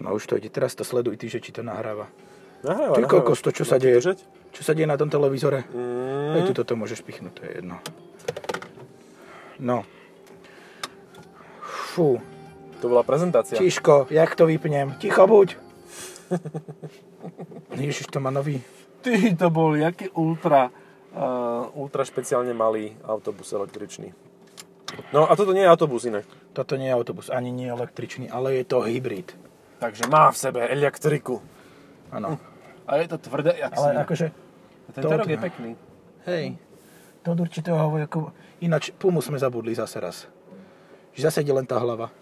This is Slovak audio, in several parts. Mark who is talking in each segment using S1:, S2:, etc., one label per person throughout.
S1: No už to ide, teraz to sleduj ty, že či to nahráva.
S2: Nahráva,
S1: Ty
S2: nahráva.
S1: kokos, to čo sa
S2: Mám
S1: deje?
S2: no, držať?
S1: Čo sa deje na tom televízore?
S2: Mm,
S1: Aj tu toto môžeš pichnúť, to je jedno. No. Fú,
S2: to bola prezentácia.
S1: Tiško, jak to vypnem? Ticho buď! Ježiš, to má nový.
S2: Ty, to bol jaký ultra, uh, ultra špeciálne malý autobus električný. No a toto nie je autobus inak.
S1: Toto nie je autobus, ani nie je električný, ale je to hybrid.
S2: Takže má v sebe elektriku.
S1: Áno.
S2: A je to tvrdé, jak
S1: Hm, Ale akože,
S2: Tento
S1: to-
S2: rok je pekný.
S1: hej, to od určitého vojaku... Ináč, Pumu sme zabudli zase raz. Že zase ide len tá hlava.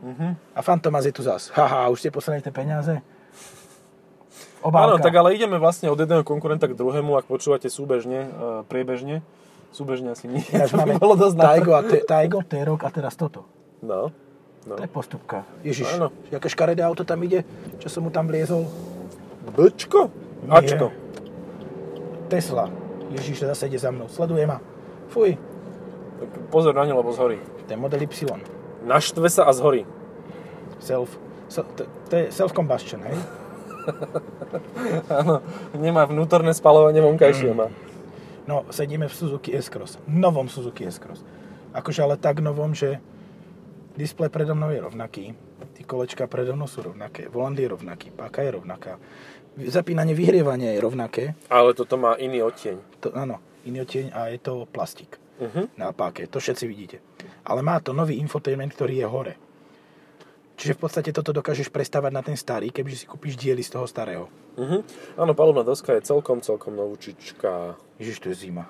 S2: Mhm.
S1: A Fantomaz je tu zas. Haha, už ste poslali tie peniaze?
S2: Áno,
S1: Obálka.
S2: tak ale ideme vlastne od jedného konkurenta k druhému, ak počúvate súbežne, e, priebežne. Súbežne asi nie,
S1: Teraz
S2: to by
S1: máme
S2: bolo dosť na-
S1: Taigo, a te, Taigo, T-Rock a teraz toto.
S2: No, no.
S1: To je postupka. Ježiš,
S2: Áno.
S1: jaké škaredé auto tam ide, čo som mu tam bliezol.
S2: Bčko?
S1: Nie.
S2: Ačko.
S1: Tesla. Ježiš, zase ide za mnou. Sleduje ma. Fuj.
S2: Tak pozor na ne, lebo zhorí.
S1: To je model Y.
S2: Naštve sa a zhorí.
S1: Self. So, to, to je self-combustion, hej?
S2: Áno, nemá vnútorné spalovanie, vonkajšie má.
S1: No, sedíme v Suzuki S-Cross. Novom Suzuki S-Cross. Akože ale tak novom, že displej predo mnou je rovnaký. Tí kolečka predo mnou sú rovnaké. Volant je rovnaký. Páka je rovnaká. Zapínanie vyhrievania je rovnaké.
S2: Ale toto má iný odtieň.
S1: To, áno, iný oteň a je to plastik.
S2: Uh-huh.
S1: na páke. To všetci vidíte. Ale má to nový infotainment, ktorý je hore. Čiže v podstate toto dokážeš prestávať na ten starý, kebyže si kúpiš diely z toho starého. Mhm.
S2: Uh-huh. Áno, palubná doska je celkom, celkom novúčička.
S1: Ježiš, to je zima.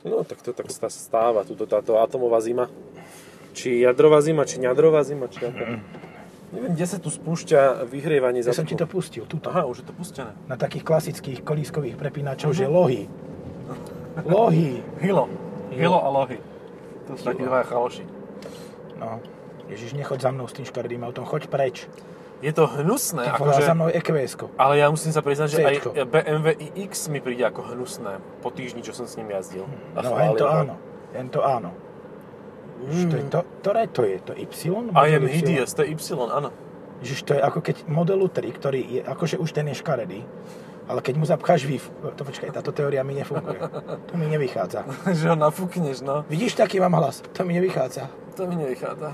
S2: No, tak to tak sa stáva, tuto táto atomová zima. Či jadrová zima, či ňadrová zima, či ako. Neviem, kde sa tu spúšťa vyhrievanie
S1: Mhm. Ja
S2: zadku.
S1: som ti to pustil, tuto.
S2: Aha, už je to pustené.
S1: Na takých klasických kolískových prepínačov, že lohy. Lohy.
S2: Hilo.
S1: Hilo
S2: a lohy. To sú
S1: takí
S2: dvaja chaloši.
S1: No. Ježiš, nechoď za mnou s tým škaredým autom, choď preč.
S2: Je to hnusné,
S1: Ty volá za
S2: akože...
S1: mnou E EQS-ko.
S2: Ale ja musím sa priznať, že aj
S1: Céčko.
S2: BMW iX mi príde ako hnusné po týždni, čo som s ním jazdil. A
S1: No,
S2: chválil
S1: hen to
S2: ho.
S1: áno. Hen to áno. Už to je to, ktoré to je? To Y?
S2: Hmm. I am
S1: Model Y?
S2: hideous, to je Y, áno.
S1: Ježiš, to je ako keď modelu 3, ktorý je, akože už ten je škaredý, ale keď mu zapcháš výf... To počkaj, táto teória mi nefunguje. To mi nevychádza.
S2: že ho nafúkneš, no.
S1: Vidíš, taký mám hlas. To mi nevychádza.
S2: To mi nevychádza.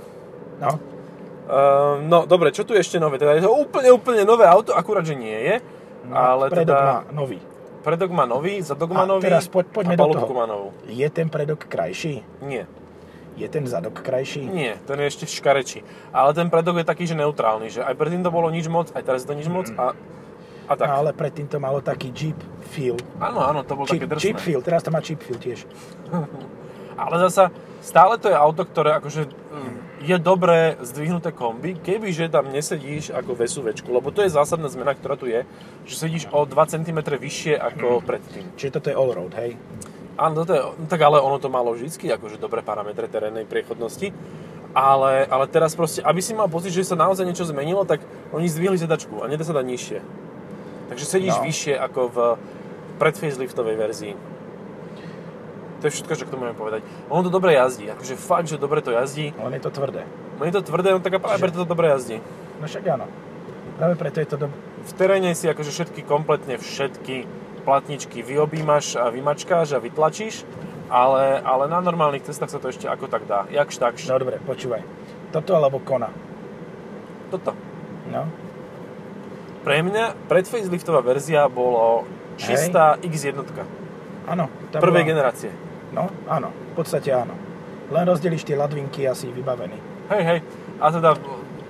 S1: No,
S2: Uh, no, dobre, čo tu je ešte nové? Teda je to úplne, úplne nové auto, akurát, že nie je.
S1: no
S2: ale
S1: predok má
S2: teda
S1: nový.
S2: predok má nový, zadok
S1: A
S2: má nový
S1: teraz poď- poďme
S2: a
S1: do
S2: palubku
S1: toho.
S2: má novú.
S1: Je ten predok krajší?
S2: Nie,
S1: Je ten zadok krajší?
S2: nie, ten je ešte škarečí. Ale ten predok je taký, že neutrálny, že aj predtým to bolo nič moc, aj teraz je to nič moc a, a tak.
S1: No, ale predtým to malo taký Jeep feel.
S2: Áno, áno, to bolo také
S1: Jeep,
S2: drsné.
S1: Jeep feel, teraz to má Jeep feel tiež.
S2: Ale zasa stále to je auto, ktoré akože mm, je dobré zdvihnuté kombi, kebyže tam nesedíš ako vesuvečku, lebo to je zásadná zmena, ktorá tu je, že sedíš o 2 cm vyššie ako predtým.
S1: Čiže toto je allroad, hej?
S2: Áno, toto je, no tak ale ono to malo vždycky akože dobré parametre terénnej priechodnosti, ale, ale teraz proste, aby si mal pocit, že sa naozaj niečo zmenilo, tak oni zdvihli sedačku a nedá sa dať nižšie. Takže sedíš
S1: No.
S2: vyššie ako v predfaceliftovej verzii. To je všetko, čo k tomu môžem povedať. Ono to dobre jazdí, akože fakt, že dobre to jazdí.
S1: Len je to tvrdé.
S2: No je to tvrdé, no tak a práve
S1: Čiže-
S2: preto to dobre jazdí.
S1: No však áno. Práve preto je to do...
S2: V teréne si akože všetky, kompletne všetky platničky vyobímaš a vymačkáš a vytlačíš, ale, ale na normálnych cestách sa to ešte ako tak dá. Jakž tak,
S1: No dobre, počúvaj. Toto alebo Kona.
S2: toto.
S1: No,
S2: Pre mňa predfaceliftová verzia bolo čistá X1
S1: áno. tá
S2: prvej
S1: bola-
S2: generácie.
S1: No, áno, v podstate áno. Len rozdeliš tie ladvinky a si vybavený.
S2: Hej, hej. A teda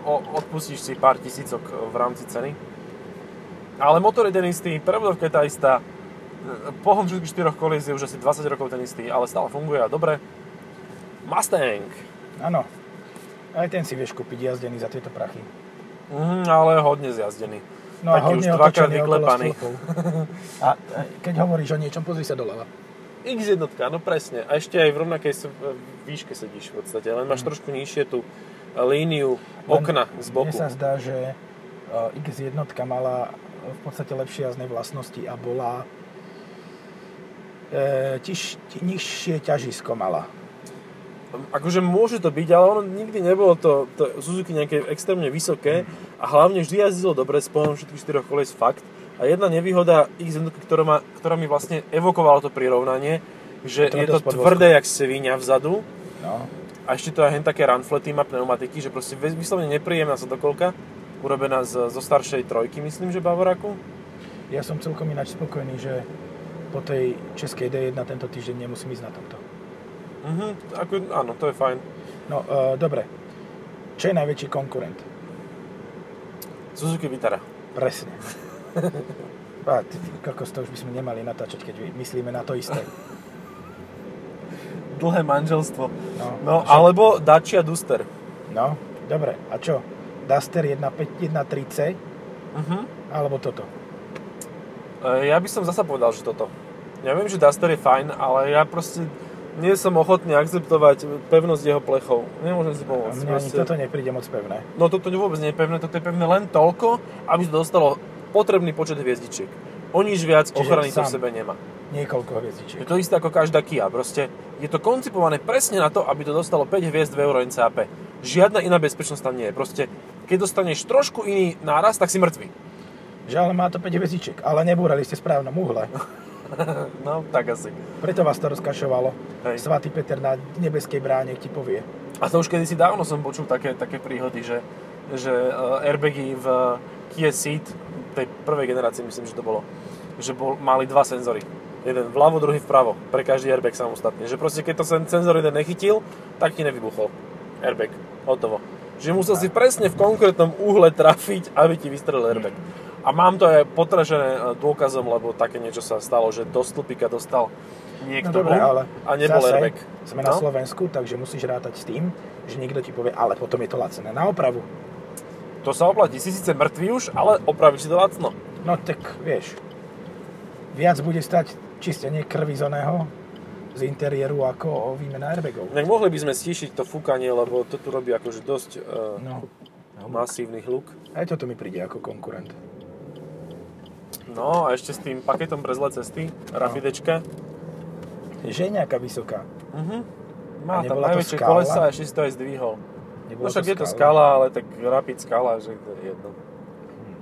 S2: o, odpustíš si pár tisícok v rámci ceny. Ale motor je ten istý, prevodovka je tá istá, e, pohon všetkých štyroch kolies je už asi 20 rokov ten istý, ale stále funguje a dobre. Mustang.
S1: Áno. Aj ten si vieš kúpiť jazdený za tieto prachy.
S2: Mm, ale hodne zjazdený.
S1: No
S2: Taký
S1: a hodne
S2: už dvakrát
S1: otočený okolo
S2: vyklepaný.
S1: stĺpov. A e, keď hovoríš o niečom, pozri sa doľava.
S2: X1, no presne. A ešte aj v rovnakej s- v- výške sedíš v podstate, len máš trošku nižšie tú e, líniu okna
S1: Mhm. Len
S2: z boku.
S1: Mne sa zdá, že e, X1 mala e, v podstate lepšie jazdné vlastnosti a bola eh, e, tiž, ti, nižšie ťažisko mala.
S2: akože môže to byť, ale ono nikdy nebolo to, to Suzuki nejaké extrémne vysoké a hlavne vždy jazdilo dobre s pohľadom všetkých štyroch kolies fakt. A jedna nevýhoda ich jednotky, ktorá, ma, ktorá mi vlastne evokovala to prirovnanie, že
S1: Tvrdosť
S2: je to
S1: podvozku.
S2: tvrdé jak svinia vzadu
S1: No.
S2: a ešte to aj hen také runflety má pneumatiky, že proste vys- vyslovene nepríjemná sadokolka, urobená z, zo staršej trojky, myslím, že Bavoraku.
S1: Ja som celkom ináč spokojný, že po tej českej D1 tento týždeň nemusím ísť na tomto.
S2: Mhm, ako, áno, to je fajn.
S1: No, e, dobre. Čo je najväčší konkurent?
S2: Suzuki Vitara.
S1: Presne. A ty, kokos, to už by sme nemali natáčať, keď myslíme na to isté.
S2: Dlhé manželstvo.
S1: No,
S2: No,
S1: že-
S2: alebo Dacia Duster.
S1: No, dobre. A čo? Duster 1.5.1.3C
S2: Mhm.
S1: alebo toto?
S2: E, Ja by som zasa povedal, že toto. Ja viem, že Duster je fajn, ale ja proste nie som ochotný akceptovať pevnosť jeho plechov. Nemôžem si
S1: A
S2: pomôcť.
S1: mne ani toto nepríde moc pevné.
S2: No toto vôbec nie je pevné, toto je pevné len toľko, aby to dostalo potrebný počet hviezdičiek. O nič viac
S1: Čiže
S2: ochrany to
S1: sám.
S2: v sebe nemá.
S1: Niekoľko
S2: Je
S1: hviezdičiek.
S2: to isté ako každá Kia. Proste je to koncipované presne na to, aby to dostalo 5 hviezd v Euro NCAP. Žiadna iná bezpečnosť tam nie je. Proste, keď dostaneš trošku iný náraz, tak si mŕtvy.
S1: Že ale má to 5 hviezdičiek, ale nebúrali ste v správnom uhle.
S2: No, tak asi.
S1: Preto vás to rozkašovalo.
S2: Hej.
S1: Svatý Peter na nebeskej bráne ti povie.
S2: A to už kedysi dávno som počul také, také príhody, že, že eh, airbagy v Kia Ceed, tej prvej generácie myslím, že to bolo, že bol, mali dva senzory. Jeden vľavo, druhý vpravo. Pre každý airbag samostatne. Že proste keď to sen, senzor jeden nechytil, tak ti nevybuchol. Airbag. Hotovo. Že musel si presne v konkrétnom uhle trafiť, aby ti vystrelil airbag. A mám to aj potražené eh, dôkazom, lebo také niečo sa stalo, že do stĺpika dostal niekto
S1: No dobre,
S2: bum a nebol
S1: zase
S2: airbag. No?
S1: Sme na Slovensku, takže musíš rátať s tým, že niekto ti povie, ale potom je to lacné na opravu.
S2: To sa oplatí. Si síce mŕtvý už, ale opravíš si to lacno.
S1: No tak vieš, viac bude stať čistenie krvi z oného z interiéru ako výmena airbagov.
S2: Inak mohli by sme stíšiť to fúkanie, lebo to tu robí akože dosť uh,
S1: No,
S2: masívny hluk.
S1: aj toto mi príde ako konkurent.
S2: No a ešte s tým paketom pre zlé cesty, rafidečka.
S1: Že je nejaká vysoká.
S2: Mhm.
S1: A
S2: Má tam
S1: nebola to
S2: najväčšie
S1: skala?
S2: kolesa a ešte si to aj zdvihol. No
S1: Nebola
S2: však
S1: to
S2: je to skala, ale tak rapid skala, že to je jedno. Hm.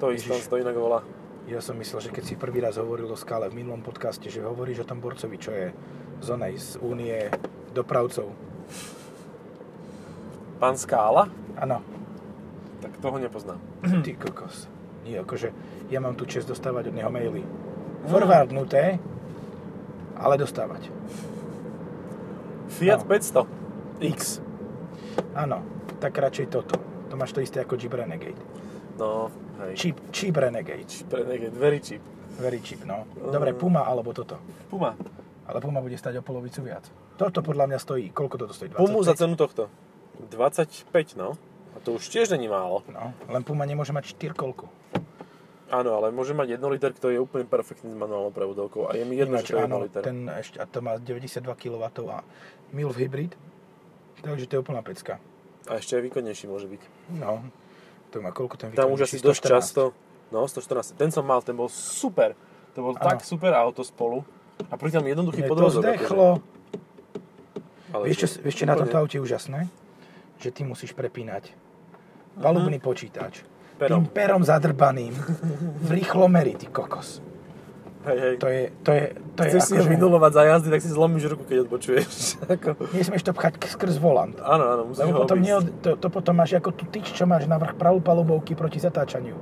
S2: To
S1: Ježiš.
S2: isté on to inak volá.
S1: Ja som myslel, že keď si prvý raz hovoril o skále v minulom podcaste, že hovoríš o tom borcovi, čo je z onej, z únie dopravcov.
S2: Pán Skála?
S1: Áno,
S2: Tak toho nepoznám.
S1: ty kokos. Nie, akože ja mám tu čest dostávať od neho maily.
S2: Mhm.
S1: Forwardnuté, ale dostávať. No.
S2: Fiat 500 X.
S1: Áno, tak radšej toto. To máš to isté ako Jeep Renegade.
S2: No, hej.
S1: Cheap, cheap Renegade.
S2: Čip. Pre nejaké very cheap.
S1: Very cheap, no.
S2: Ehm.
S1: Dobre, Puma alebo toto.
S2: Puma.
S1: Ale Puma bude stať o polovicu viac. Toto podľa mňa stojí. Koľko toto stojí? 25?
S2: Pumu za cenu tohto. 25, no. A to už tiež není málo.
S1: No, len Puma nemôže mať štyrkolku.
S2: Áno, ale môže mať 1 liter, ktorý je úplne perfektný s manuálnou prevodovkou. A je mi jedno,
S1: Ináč,
S2: že to je 1
S1: áno,
S2: liter.
S1: ten ešte, a to má 92 kW a MILF hybrid. Takže to je úplná pecka.
S2: A ešte aj výkonnejší môže byť.
S1: No, to má koľko ten
S2: Tam
S1: výkon?
S2: už asi
S1: 114.
S2: dosť často. No, 114. Ten som mal, ten bol super. To bol
S1: Áno.
S2: tak super auto spolu. A pritom jednoduchý
S1: Mne to
S2: podvozok.
S1: zdechlo.
S2: akože. Ale
S1: Vieš, čo,
S2: že-
S1: vieš, čo je na
S2: úplne
S1: tomto aute je úžasné? Že ty musíš prepínať palubný počítač.
S2: Mhm. Perom.
S1: Tým perom zadrbaným. V rýchlomeri, ty kokos.
S2: Hej, hej.
S1: To je, to je, to je
S2: Chceš si ho
S1: akože-
S2: vynulovať za jazdy, tak si zlomíš ruku, keď odbočuješ. Ako-
S1: Nesmieš to pchať k- skrz volant.
S2: áno, áno, musíš ho
S1: Lebo potom
S2: obísť.
S1: nie, to, to potom máš ako tú tyč, čo máš na vrch pravú palubovky proti zatáčaniu.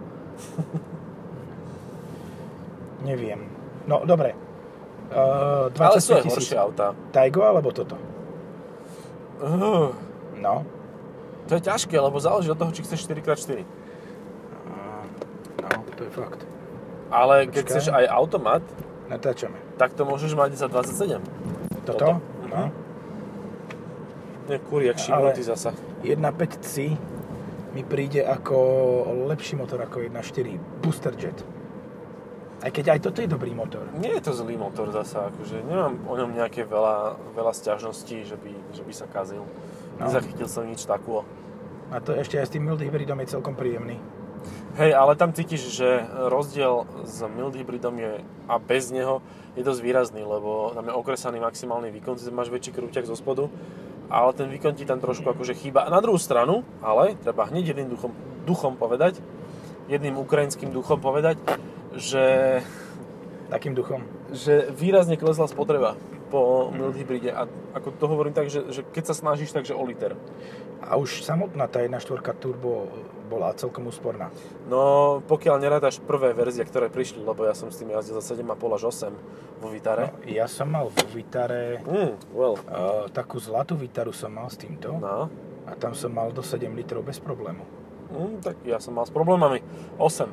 S1: Neviem. No, dobre. Uh,
S2: Ale
S1: 25
S2: sú aj
S1: tisíc.
S2: horšie autá.
S1: Taigo alebo toto?
S2: Uh.
S1: No.
S2: To je ťažké, lebo záleží od toho, či chceš 4x4.
S1: No, to je fakt.
S2: Ale keď
S1: Počkaj.
S2: chceš aj automat,
S1: Natáčame.
S2: tak to môžeš mať za 27.
S1: Toto?
S2: Toto.
S1: No.
S2: Nie, kúri, jak šibnutý zasa.
S1: 1.5 C mi príde ako lepší motor ako 1.4 Booster Jet. Aj keď aj toto je dobrý motor.
S2: Nie je to zlý motor zasa, akože nemám o ňom nejaké veľa, veľa stiažností, že by, že by sa kazil.
S1: No.
S2: Nezachytil som nič takého.
S1: A to ešte aj s tým mild hybridom je celkom príjemný.
S2: Hej, ale tam cítiš, že rozdiel s mild hybridom je, a bez neho je dosť výrazný, lebo tam je okresaný maximálny výkon, si máš väčší krúťak zo spodu, ale ten výkon ti tam trošku akože chýba. Na druhú stranu, ale treba hneď jedným duchom, duchom povedať, jedným ukrajinským duchom povedať, že,
S1: Takým duchom.
S2: že výrazne klesla spotreba po mild hybride a ako to hovorím tak, že, že keď sa snažíš, takže o liter.
S1: A už samotná tá 1.4 turbo bola celkom úsporná.
S2: No, pokiaľ nerátaš prvé verzie, ktoré prišli, lebo ja som s tým jazdil za 7,5 až 8
S1: No,
S2: vo Vitare.
S1: ja som mal v Vitare,
S2: Mm, well,
S1: uh, takú zlatú Vitaru som mal s týmto
S2: no.
S1: a tam som mal do 7 litrov bez problému.
S2: Mm, tak ja som mal s problémami. 8.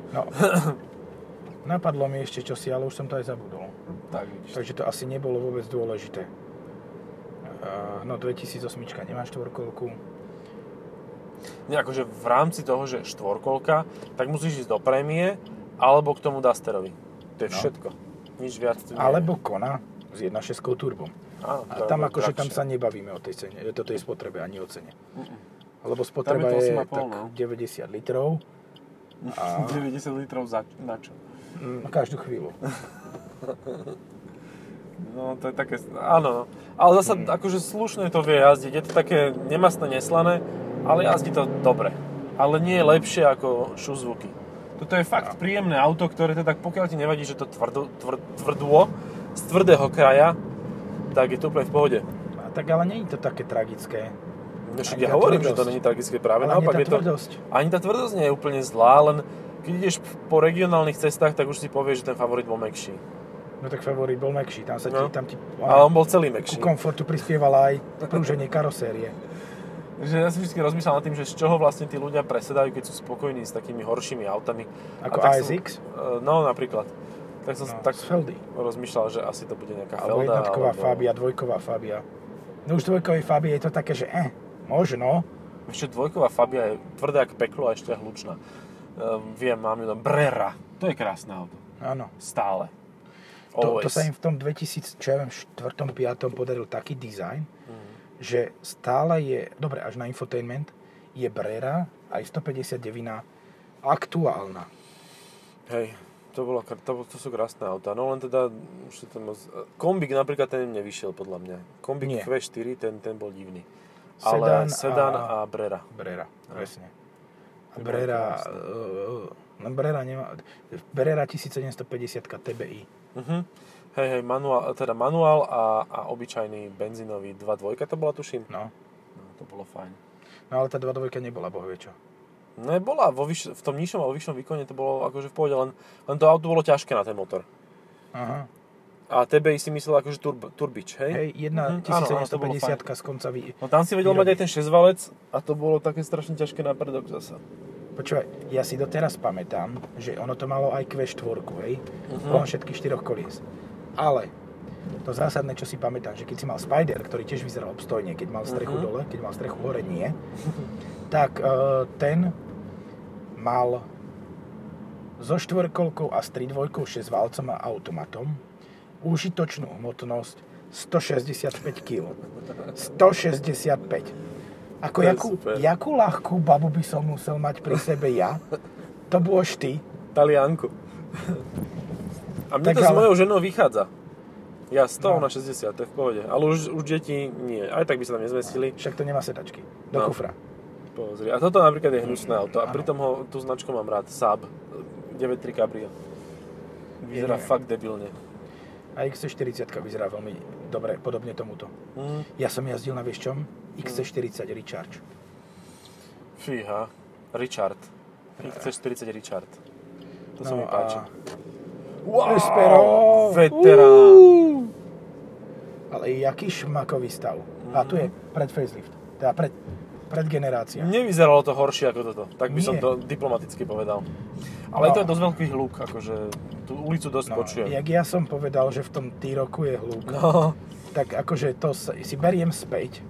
S1: No, napadlo mi ešte čosi, ale už som to aj zabudol.
S2: Tak vidíš.
S1: Takže to asi nebolo vôbec dôležité. Uh, no 2008 nemá štvorkolku.
S2: Nie, akože v rámci toho, že štvorkolka, tak musíš ísť do prémie, alebo k tomu Dusterovi. To je
S1: No.
S2: všetko. Nič viac. tu nie je.
S1: Alebo Kona s 1.6 turbom.
S2: Áno,
S1: A
S2: to
S1: tam
S2: je
S1: akože tam
S2: drahšie.
S1: sa nebavíme o tej, cene, o tej spotrebe ani o cene. Lebo
S2: Tam
S1: spotreba
S2: je to
S1: je,
S2: 8,5,
S1: tak
S2: no.
S1: 90 litrov A-
S2: 90 litrov za, na čo?
S1: Mm. na každú chvíľu.
S2: No to je také, áno. no. Ale zasa
S1: Mm.
S2: akože slušne to vie jazdiť. Je to také nemastné, neslané, ale jazdí to dobre. Ale nie je lepšie ako Suzuki. Toto je fakt príjemné auto, ktoré teda, pokiaľ ti nevadí, že to tvrdo, tvr, tvrdlo, z tvrdého kraja, tak je to úplne v pohode.
S1: A tak ale nie je to také tragické.
S2: Však
S1: Ani
S2: ja
S1: tá
S2: hovorím, že to
S1: tvrdosť.
S2: není tragické
S1: Ale
S2: práve, No,
S1: nie
S2: naopak je
S1: tá
S2: to...
S1: tvrdosť.
S2: Ani tá tvrdosť nie je úplne zlá, len keď ideš po regionálnych cestách, tak už si povieš, že ten favorit bol mekší.
S1: No tak favorit bol mekší, tam sa ti,
S2: No.
S1: tam ti
S2: Ale on bol celý
S1: ku
S2: mekší.
S1: komfortu prispievala aj prúženie karosérie.
S2: Takže ja som vždy rozmýšľal nad tým, že z čoho vlastne tí ľudia presedajú, keď sú spokojní s takými horšími autami.
S1: Ako
S2: tak
S1: ASX?
S2: Som, e, no, napríklad. Tak som
S1: No,
S2: tak
S1: z Feldy.
S2: rozmýšľal, že asi to bude nejaká
S1: Alebo
S2: Felda.
S1: jednotková Fabia, dvojková Fabia. No už dvojkovej Fabie je to také, že eh, možno.
S2: Ešte dvojková Fabia je tvrdá ako peklo a ešte aj hlučná. Ehm, viem, mám ju tam. Brera. To je krásne auto.
S1: Áno.
S2: Stále.
S1: To, to
S2: Always.
S1: sa im v tom 2004 5 podaril taký dizajn,
S2: Mm.
S1: že stále je, dobre, až na infotainment, je Brera aj 159 aktuálna.
S2: Hej, to, bolo, kr- to, to sú krásne auta. No len teda, už si to moc... Kombik napríklad ten im nevyšiel podľa mňa. Kombik
S1: Nie.
S2: Q4, ten, ten bol divný.
S1: Sedan a-
S2: Ale Sedan a... Brera.
S1: Brera, presne. A
S2: To bolo
S1: Brera,
S2: krásne.
S1: eh, len Brera nemá, Brera 1750 TBI.
S2: Mhm. Hej, hej, manuál, teda manuál a, a obyčajný benzínový 2.2 to bola, tuším.
S1: No.
S2: No, to bolo fajn.
S1: no ale tá 2.2 nebola, bohvie čo.
S2: Nebola, vo vyš- v tom nižšom a vo vyššom výkone to bolo akože v pohode, len, len to auto bolo ťažké na ten motor.
S1: Aha.
S2: A TBI si myslel akože turb- turbič, hej?
S1: Hej, jedna
S2: Mhm, áno, áno, to bolo
S1: 1750 z konca vy...
S2: No tam si vedel mať
S1: Výroby.
S2: aj ten šesťvalec a to bolo také strašne ťažké na predok zasa.
S1: Počúvaj, ja si doteraz pamätám, že ono to malo aj Q4, hej?
S2: Mhm.
S1: Len všetkých štyroch kolies. Ale to zásadné, čo si pamätám, že keď si mal Spider, ktorý tiež vyzeral obstojne, keď mal strechu
S2: Mhm.
S1: dole, keď mal strechu hore, nie, tak e, ten mal so štvorkolkou a s 3.2, 6 válcom a automatom užitočnú hmotnosť 165 kg. 165. Ako
S2: To je
S1: jakú,
S2: super.
S1: jakú ľahkú babu by som musel mať pri sebe ja? To budeš ty.
S2: Talianku. A mne
S1: Tak
S2: to s
S1: ale-
S2: mojou ženou vychádza. Ja
S1: No.
S2: 100, no. na 60, to je v pohode. Ale už, už deti nie. Aj tak by sa tam nezmestili.
S1: Však to nemá sedačky. Do
S2: No.
S1: kufra.
S2: Pozri. A toto napríklad je hnusné auto. A
S1: áno.
S2: pritom ho, tú značku mám rád. Saab. 9.3 Cabrio. Vyzerá
S1: neviem.
S2: fakt debilne.
S1: A XC40 vyzerá veľmi dobre, podobne tomuto.
S2: Mm.
S1: Ja som jazdil na vieš čom? XC40 Recharge.
S2: Fíha. Richard. XC40 Richard. To sa mi
S1: No a-
S2: páči.
S1: Prospero!
S2: Veterán.
S1: Uú. Ale jaký šmakový stav. A tu je pred facelift. Teda pred, pred generácia.
S2: Nevyzeralo to horšie ako toto, tak by som
S1: Nie.
S2: to diplomaticky povedal. Ale
S1: No.
S2: no. to je dosť veľký hluk, akože tú ulicu dosť
S1: No,
S2: počujem.
S1: jak ja som povedal, že v tom T-roku je hluk,
S2: No,
S1: tak akože to s- si beriem späť.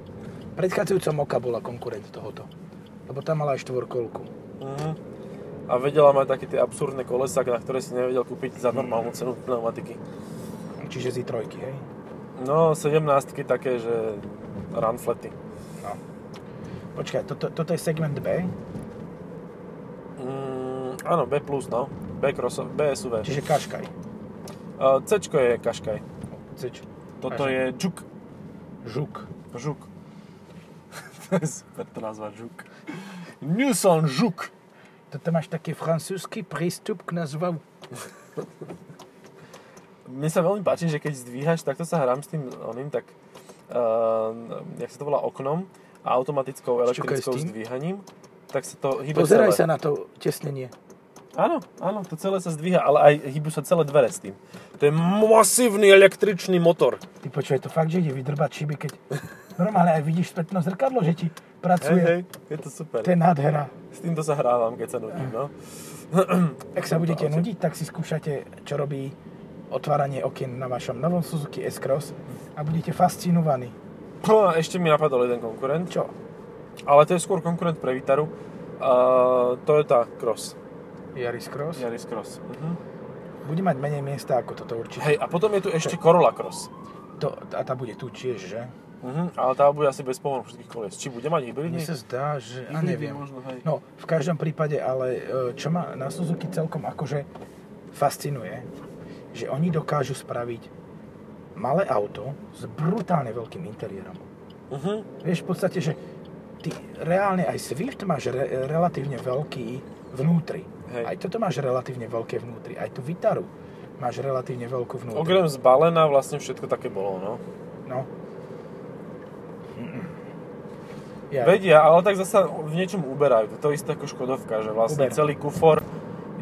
S1: Predchádzajúca Moka bola konkurent tohoto. Lebo tam mala aj štvorkolku.
S2: mhm. A vedela mať také tie absurdné kolesa, na ktoré si nevedel kúpiť za normálnu cenu pneumatiky.
S1: Čiže z trojky, hej?
S2: No, 17 také, že runflety.
S1: No. Počkaj, toto, toto je segment B.
S2: Mm, Áno, B+, no. B, cross, B SUV.
S1: Čiže Kaškaj.
S2: Uh, C je Kaškaj.
S1: Ceč.
S2: Toto
S1: Kaškaj.
S2: je Žuk.
S1: Žuk.
S2: Žuk. to je super, to nazva Žuk. Nissan Žuk.
S1: Toto máš taký francúzsky prístup k nazvavu.
S2: Mne sa veľmi páči, že keď zdvíhaš, takto sa hrám s tým oným, tak uh, jak sa to volá oknom a automatickou
S1: S čukaj s
S2: elektrickou
S1: tým?
S2: zdvíhaním, tak sa to hýbe
S1: Pozeraj sa
S2: celé.
S1: na to tesnenie.
S2: Áno, áno, to celé sa zdvíha, ale aj hýbu sa celé dvere s tým. To je masívny električný motor.
S1: Ty počuje, to fakt, že ide vydrbať šiby, keď normálne aj vidíš spätno zrkadlo, že ti pracuje.
S2: je to super.
S1: To je nádhera.
S2: S týmto sa hrávam, keď sa nudím, no.
S1: Ak sa budete nudiť, tak si skúšate, čo robí otváranie okien na vašom novom Suzuki S-Cross a budete fascinovaní.
S2: Pô, Ešte mi napadol jeden konkurent,
S1: Čo?
S2: ale to je skôr konkurent pre Vitaru. Uh, Toyota Cross,
S1: Yaris Cross?
S2: Yaris Cross. Uh-huh.
S1: Bude mať menej miesta ako toto určite.
S2: Hej, a potom je tu ešte Corolla Cross.
S1: To, a tá bude tu tiež, že?
S2: Uh-huh. Ale tá bude asi bez pomoru všetkých kolies. Či bude mať
S1: Mne
S2: hybridný?
S1: sa zdá, že... A
S2: Hybridný
S1: neviem.
S2: Možno, hej.
S1: No, v každom prípade, ale e, čo ma na Suzuki celkom akože fascinuje, že oni dokážu spraviť malé auto s brutálne veľkým interiérom.
S2: Uh-huh.
S1: Vieš, v podstate, že ty reálne aj Swift máš re, relatívne veľký vnútri.
S2: Hej.
S1: Aj toto máš relatívne veľké vnútri. Aj tú Vitaru máš relatívne veľkú vnútri.
S2: Okrem zbalená vlastne všetko také bolo, no.
S1: No. Ja,
S2: Vedia, ale tak zasa v niečom uberajú. To je to isté ako Škodovka, že vlastne
S1: Uberá.
S2: celý kufor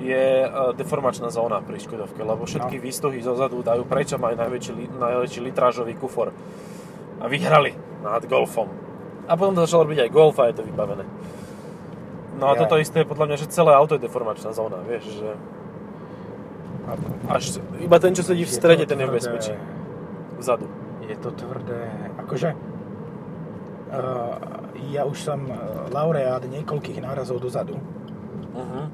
S2: je e, deformačná zóna pri Škodovke, lebo všetky
S1: No.
S2: výstuhy zozadu dajú preč a majú najväčší, li- najväčší litrážový kufor. A vyhrali nad Golfom. A potom to začalo robiť aj Golf a je to vybavené. No a
S1: Jaj.
S2: toto isté je podľa mňa, že celé auto je deformačná zóna, vieš, že až iba ten, čo sedí v strede, ten je v bezpečí. Vzadu.
S1: Je to tvrdé. Akože uh, ja už som eh, laureát niekoľkých nárazov dozadu.
S2: Uh-huh.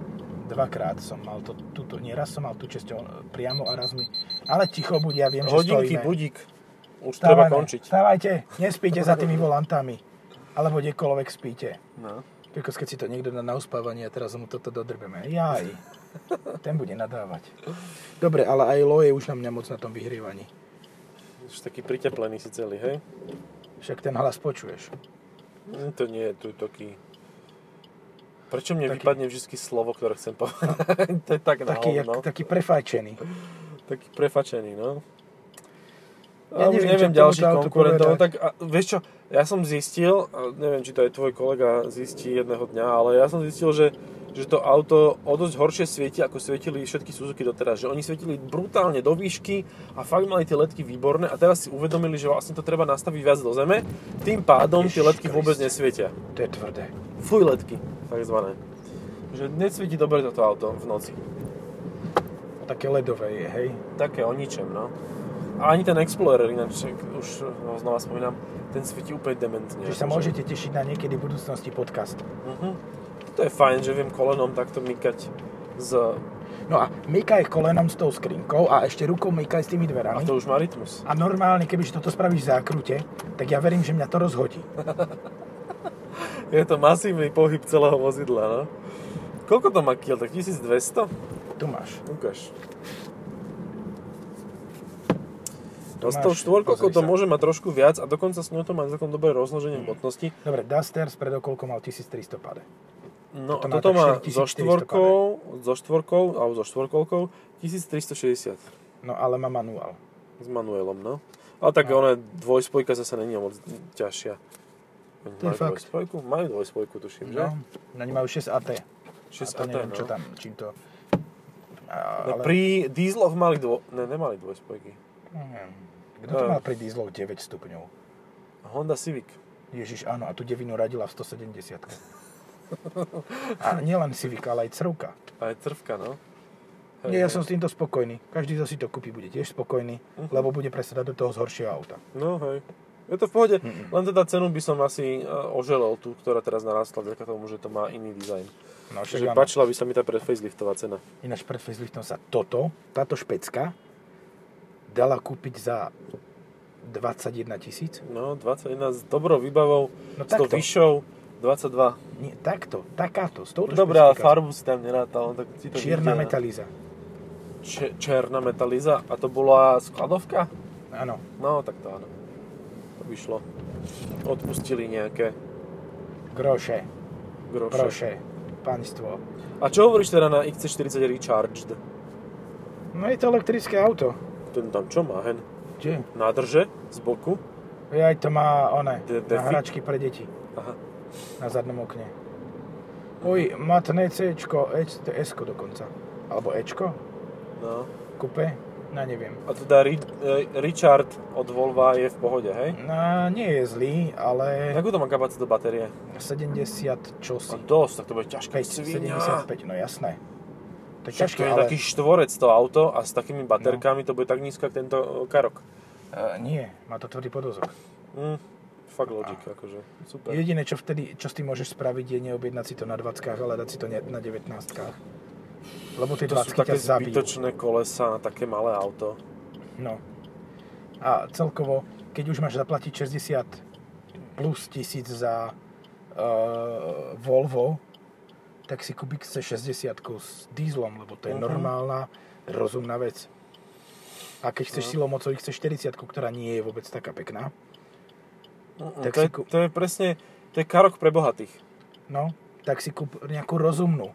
S1: Dvakrát som mal to, túto, nieraz som mal tú česť eh, priamo a raz mi... Ale ticho buď, ja viem,
S2: Hodinky,
S1: že stojíme.
S2: budík. Už
S1: Vstávajme,
S2: treba končiť.
S1: Vstávajte, nespíte za tými volantami. Alebo kdekoľvek spíte.
S2: No.
S1: Kokos, keď si to niekto dá na uspávanie a teraz mu toto dodrbeme. Jaj. Ten bude nadávať. Dobre, ale aj Lo je už na mňa moc na tom vyhrievaní.
S2: Už taký priteplený si celý, hej?
S1: Však ten hlas počuješ.
S2: Mm, To nie je tu taký... Prečo mne
S1: Taký-
S2: taký... vypadne vždy slovo, ktoré chcem povedať? to je tak na no.
S1: Taký, jak,
S2: hovno.
S1: taký prefajčený.
S2: Taký prefačený, no.
S1: Ja
S2: Ja
S1: neviem, čo
S2: neviem, neviem
S1: k tomu
S2: ďalších
S1: autu
S2: konkurentov.
S1: povedať.
S2: Tak, a, vieš čo, ja som zistil, a neviem, či to aj tvoj kolega zistí jedného dňa, ale ja som zistil, že, že to auto o dosť horšie svieti, ako svietili všetky Suzuki doteraz. Že oni svietili brutálne do výšky a fakt mali tie letky výborné a teraz si uvedomili, že vlastne to treba nastaviť viac do zeme, tým pádom tie
S1: Ježiš
S2: letky vôbec
S1: Krist.
S2: nesvietia.
S1: To je tvrdé.
S2: Fuj letky, takzvané. Že nesvieti dobre toto auto v noci.
S1: Také ledové je, hej.
S2: Také o ničem, no. A ani ten Explorer, ináč ak- už ho znova spomínam, ten svieti úplne dementne.
S1: Čiže sa môžete tešiť na niekedy v budúcnosti podcast.
S2: Uh-huh. To je fajn, že viem kolenom takto mykať z...
S1: No a mykaj kolenom s tou skrinkou a ešte rukou mykaj s tými
S2: A
S1: dverami.
S2: to už má rytmus.
S1: A normálne, kebyže toto spravíš v zákrute, tak ja verím, že mňa to rozhodí.
S2: Je to masívny pohyb celého vozidla, no. Koľko to má kiel? Tak 1200?
S1: Tu máš.
S2: Ukáž.
S1: Tu
S2: No s tou
S1: máš,
S2: štvorkou
S1: pozri sa.
S2: to
S1: Mm.
S2: môže mať trošku viac a dokonca s ňou to má celkom dobré rozloženie hmotnosti.
S1: Dobre, Duster s predokolkou mal 1300 pade.
S2: No
S1: Toto
S2: toto
S1: má
S2: má, toto
S1: tak 4400
S2: má so štvorkou, so štvorkou, alebo so štvorkolkou 1360
S1: No ale má manuál.
S2: s manuelom, no. Ale tak
S1: No.
S2: no. ona dvojspojka zase není moc ťažšia. Oni
S1: To je
S2: majú
S1: fakt.
S2: dvojspojku? Majú dvojspojku, tuším, že?
S1: No, na ne majú 6 AT. A
S2: 6
S1: to neviem, čo tam, čím to... A,
S2: No, Pri dízloch mali dvo... Ne, nemali dvojspojky.
S1: Neviem. Kto to
S2: Eh.
S1: mal pri diesloch 9 stupňov?
S2: Honda Civic.
S1: Ježiš, áno, a tu devinu radila v 170. A nielen Civic, ale aj Crvka.
S2: A je trvka, no.
S1: Nie, ja som s týmto spokojný. Každý, kto si to kúpi, bude tiež spokojný,
S2: Mhm.
S1: lebo bude presedať do toho z horšieho auta.
S2: No, hej. Je to v pohode, len teda cenu by som asi e, oželel tú, ktorá teraz narastla, vďaka tomu, že to má iný dizajn.
S1: No, však
S2: Čiže
S1: áno.
S2: páčila by sa mi tá predfaceliftová cena.
S1: Ináč pred faceliftom sa toto, táto špecka, dala kúpiť za 21 tisíc.
S2: No, 21 s dobrou výbavou,
S1: No
S2: s tou
S1: takto.
S2: vyšou, 22.
S1: Nie, takto, takáto, s touto
S2: Dobre, ale
S1: špecifikáciou.
S2: farbu si tam nerátal, no tak si to
S1: Čierna
S2: vyjde.
S1: metaliza.
S2: Če- čierna metaliza. A to bola skladovka?
S1: Áno.
S2: No, tak to áno. To by šlo. Odpustili nejaké
S1: Groše,
S2: groše.
S1: proše, panstvo.
S2: A čo hovoríš teda na XC40 Recharged?
S1: No je to elektrické auto.
S2: Ten tam čo má, hen?
S1: Kde?
S2: Nádrže z boku?
S1: Aj to má one, na
S2: De- defi-
S1: hračky pre deti.
S2: Aha.
S1: Na zadnom okne. Uj, matné C, S dokonca. Alebo Ečko,
S2: No.
S1: kupe, no neviem.
S2: A teda Ri- e, Richard od Volva je v pohode, hej?
S1: No, nie je zlý, ale
S2: Akú to má kapacitu batérie?
S1: 70
S2: A
S1: čosi.
S2: dosť, tak to bude ťažké
S1: 5,
S2: svinia.
S1: 75, no jasné. To je
S2: Však to
S1: ťažké,
S2: je
S1: ale... No.
S2: taký štvorec to auto a s takými baterkami to bude tak nízko, ako tento e, Karok.
S1: Eh, nie, má to tvrdý podozor.
S2: Mm, fakt logic, akože. Super.
S1: Jediné, čo vtedy, čo s tým môžeš spraviť, je neobjednať si to na 20 ale dať si to ne- na 19 Lebo tie
S2: To sú
S1: 20
S2: také
S1: ťa zabijú.
S2: zbytočné kolesa na také malé auto.
S1: No. A celkovo, keď už máš zaplatiť 60 plus tisíc za uh, Volvo, tak si kúpi C60 s dízlom, lebo to je
S2: Mhm.
S1: normálna, rozumná vec. A keď
S2: Mhm.
S1: chceš silou mocou XC40, ktorá nie je vôbec taká pekná,
S2: Mm,
S1: Tak
S2: to,
S1: si
S2: je,
S1: kúp-
S2: to je presne, to je Karok pre bohatých.
S1: no, tak si kúp nejakú rozumnú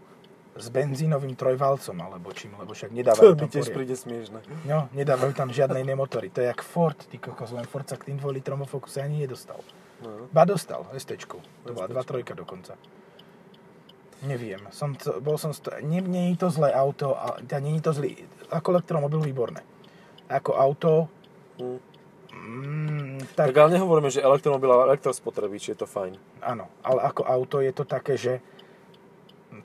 S1: s benzínovým trojvalcom alebo čím, lebo však nedávajú
S2: To mi
S1: tam
S2: tiež
S1: poriad.
S2: príde smiešne.
S1: No, nedávajú tam žiadne iné motory. To je jak Ford, ty kokos, len Ford sa k tým 2 litrom vo Focuse ani nedostal.
S2: No.
S1: Ba dostal, STčku. To bola
S2: STčku.
S1: 2.3 dokonca. Neviem, som, to- bol som... Sto... Nie, nie je to zlé auto, a, teda nie je to zlý... Ako elektromobil výborné. Ako auto...
S2: Mm.
S1: Mm,
S2: Tak.
S1: tak,
S2: ale nehovoríme, že elektromobil a elektrospotrebič je to fajn.
S1: áno, ale ako auto je to také, že...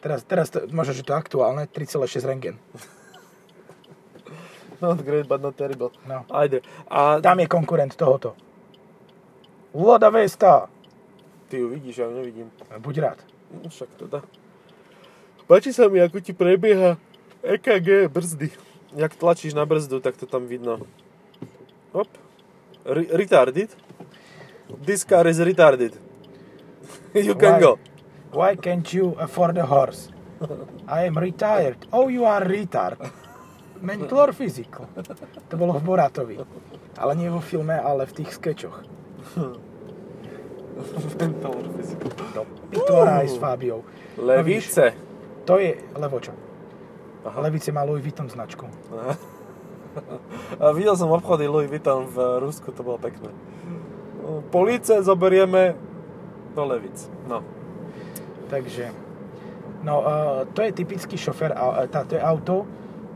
S1: Teraz, teraz to, možno, že to je aktuálne, 3,6 rengen.
S2: Not No, great, but not terrible.
S1: No.
S2: Ajde. A
S1: Tam je konkurent tohoto. Loda Vesta!
S2: ty ju vidíš, ja ju nevidím.
S1: Buď rád.
S2: No, však teda. Páči sa mi, ako ti prebieha EKG brzdy. Jak tlačíš na brzdu, tak to tam vidno. Hop. Re- retarded. This car is retarded. you can
S1: Why?
S2: go.
S1: Why can't you afford a horse? I am retired. Oh, you are retard. Mentor physical. To bolo v Boratovi. Ale nie vo filme, ale v tých skečoch. Pitora aj s Fábiou.
S2: Levice.
S1: To je levočo.
S2: Aha.
S1: Levice má Louis Vuitton značku.
S2: A videl som obchody Louis Vuitton v Rusku, to bolo pekné. Police zoberieme do Levic. No.
S1: Takže, no eh, to je typický šofer, a- eh, tá, to je auto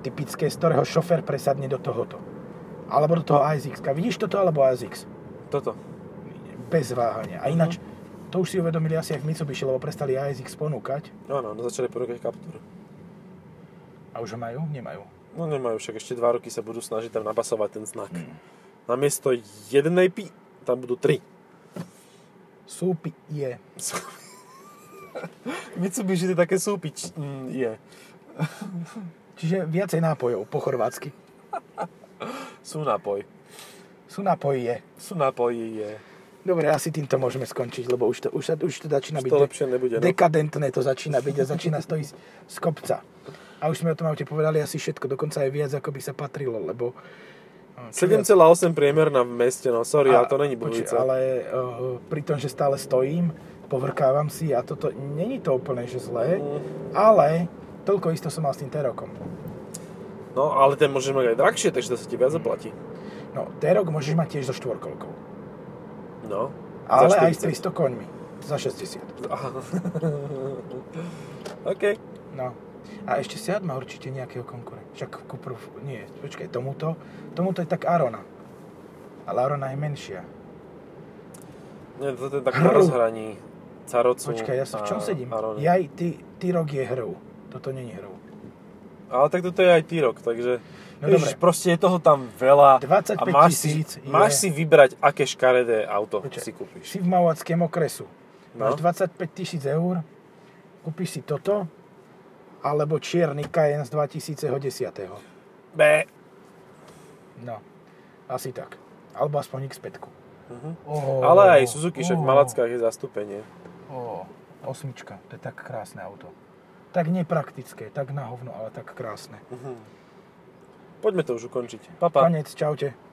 S1: typické, z ktorého šofer presadne do tohoto. Alebo do toho ASX. -ka. Vidíš toto alebo ASX?
S2: Toto.
S1: Bez váhania. A
S2: Mhm.
S1: ináč, to už si uvedomili asi aj v Mitsubishi, lebo prestali ASX ponúkať.
S2: Áno, no začali ponúkať Captur.
S1: A už ho majú? Nemajú.
S2: No nemajú, však ešte dva roky sa budú snažiť tam napasovať ten znak.
S1: Hmm.
S2: Namiesto jednej pi, tam budú tri.
S1: Súpi je.
S2: Mitsubishi to je také súpič. Mm, je.
S1: Čiže viacej nápojov po chorvátsky.
S2: Sú nápoj.
S1: Sú nápoje.
S2: Sú nápoji, je.
S1: Dobre, asi týmto môžeme skončiť, lebo už to, už, sa, už to začína
S2: Už
S1: byť
S2: to
S1: de-
S2: lepšie nebude, no.
S1: dekadentné, to začína byť a začína to ísť z kopca. A už sme o tom aute povedali asi všetko, dokonca aj viac, ako by sa patrilo, lebo... eh, čo
S2: 7,8 priemerná v meste, no
S1: Hm.
S2: sorry,
S1: A-
S2: ale to není
S1: počkaj,
S2: bulica.
S1: Ale uh, pri tom, že stále stojím, povrkávam si a toto, není to úplne, že zlé,
S2: Mm.
S1: ale toľko isto som mal s tým Terokom.
S2: No, ale ten môže mať aj drahšie, takže to sa ti viac zaplatí.
S1: No, Terok môžeš mať tiež so štvorkolkou,
S2: No.
S1: ale
S2: Za
S1: aj s 300
S2: 40.
S1: koňmi, za 60.
S2: Aha. OK.
S1: No. A ešte Seat má určite nejakého konkurenta. Však Cupru, nie, počkaj, tomuto, tomuto je tak Arona. Ale Arona je menšia.
S2: No, Nie, to je tak
S1: Hrv.
S2: na rozhraní. Carocu
S1: Počkaj, ja som v čom
S2: a-
S1: sedím?
S2: a Rony.
S1: Jaj, ty, ty rok je hrou. Toto není hrou.
S2: Ale tak toto je aj T-Roc, takže...
S1: No
S2: No Ježiš,
S1: dobre.
S2: proste je toho tam veľa.
S1: 25
S2: a máš si,
S1: tisíc je-
S2: máš si vybrať, aké škaredé auto
S1: Počkaj,
S2: si kúpiš.
S1: Si v Mauackém okresu.
S2: No.
S1: Máš 25 tisíc eur, kúpiš si toto, alebo čierny Cayenne z 2010.
S2: B.
S1: No, asi tak. Alebo aspoň X5.
S2: Mhm.
S1: Oh,
S2: Ale aj Suzuki, však v Malackách je zastúpenie. Ó,
S1: oh, Osmička, to je tak krásne auto. Tak nepraktické, tak na hovno, ale tak krásne.
S2: Poďme to už ukončiť. Pa, pa.
S1: Panec, čaute.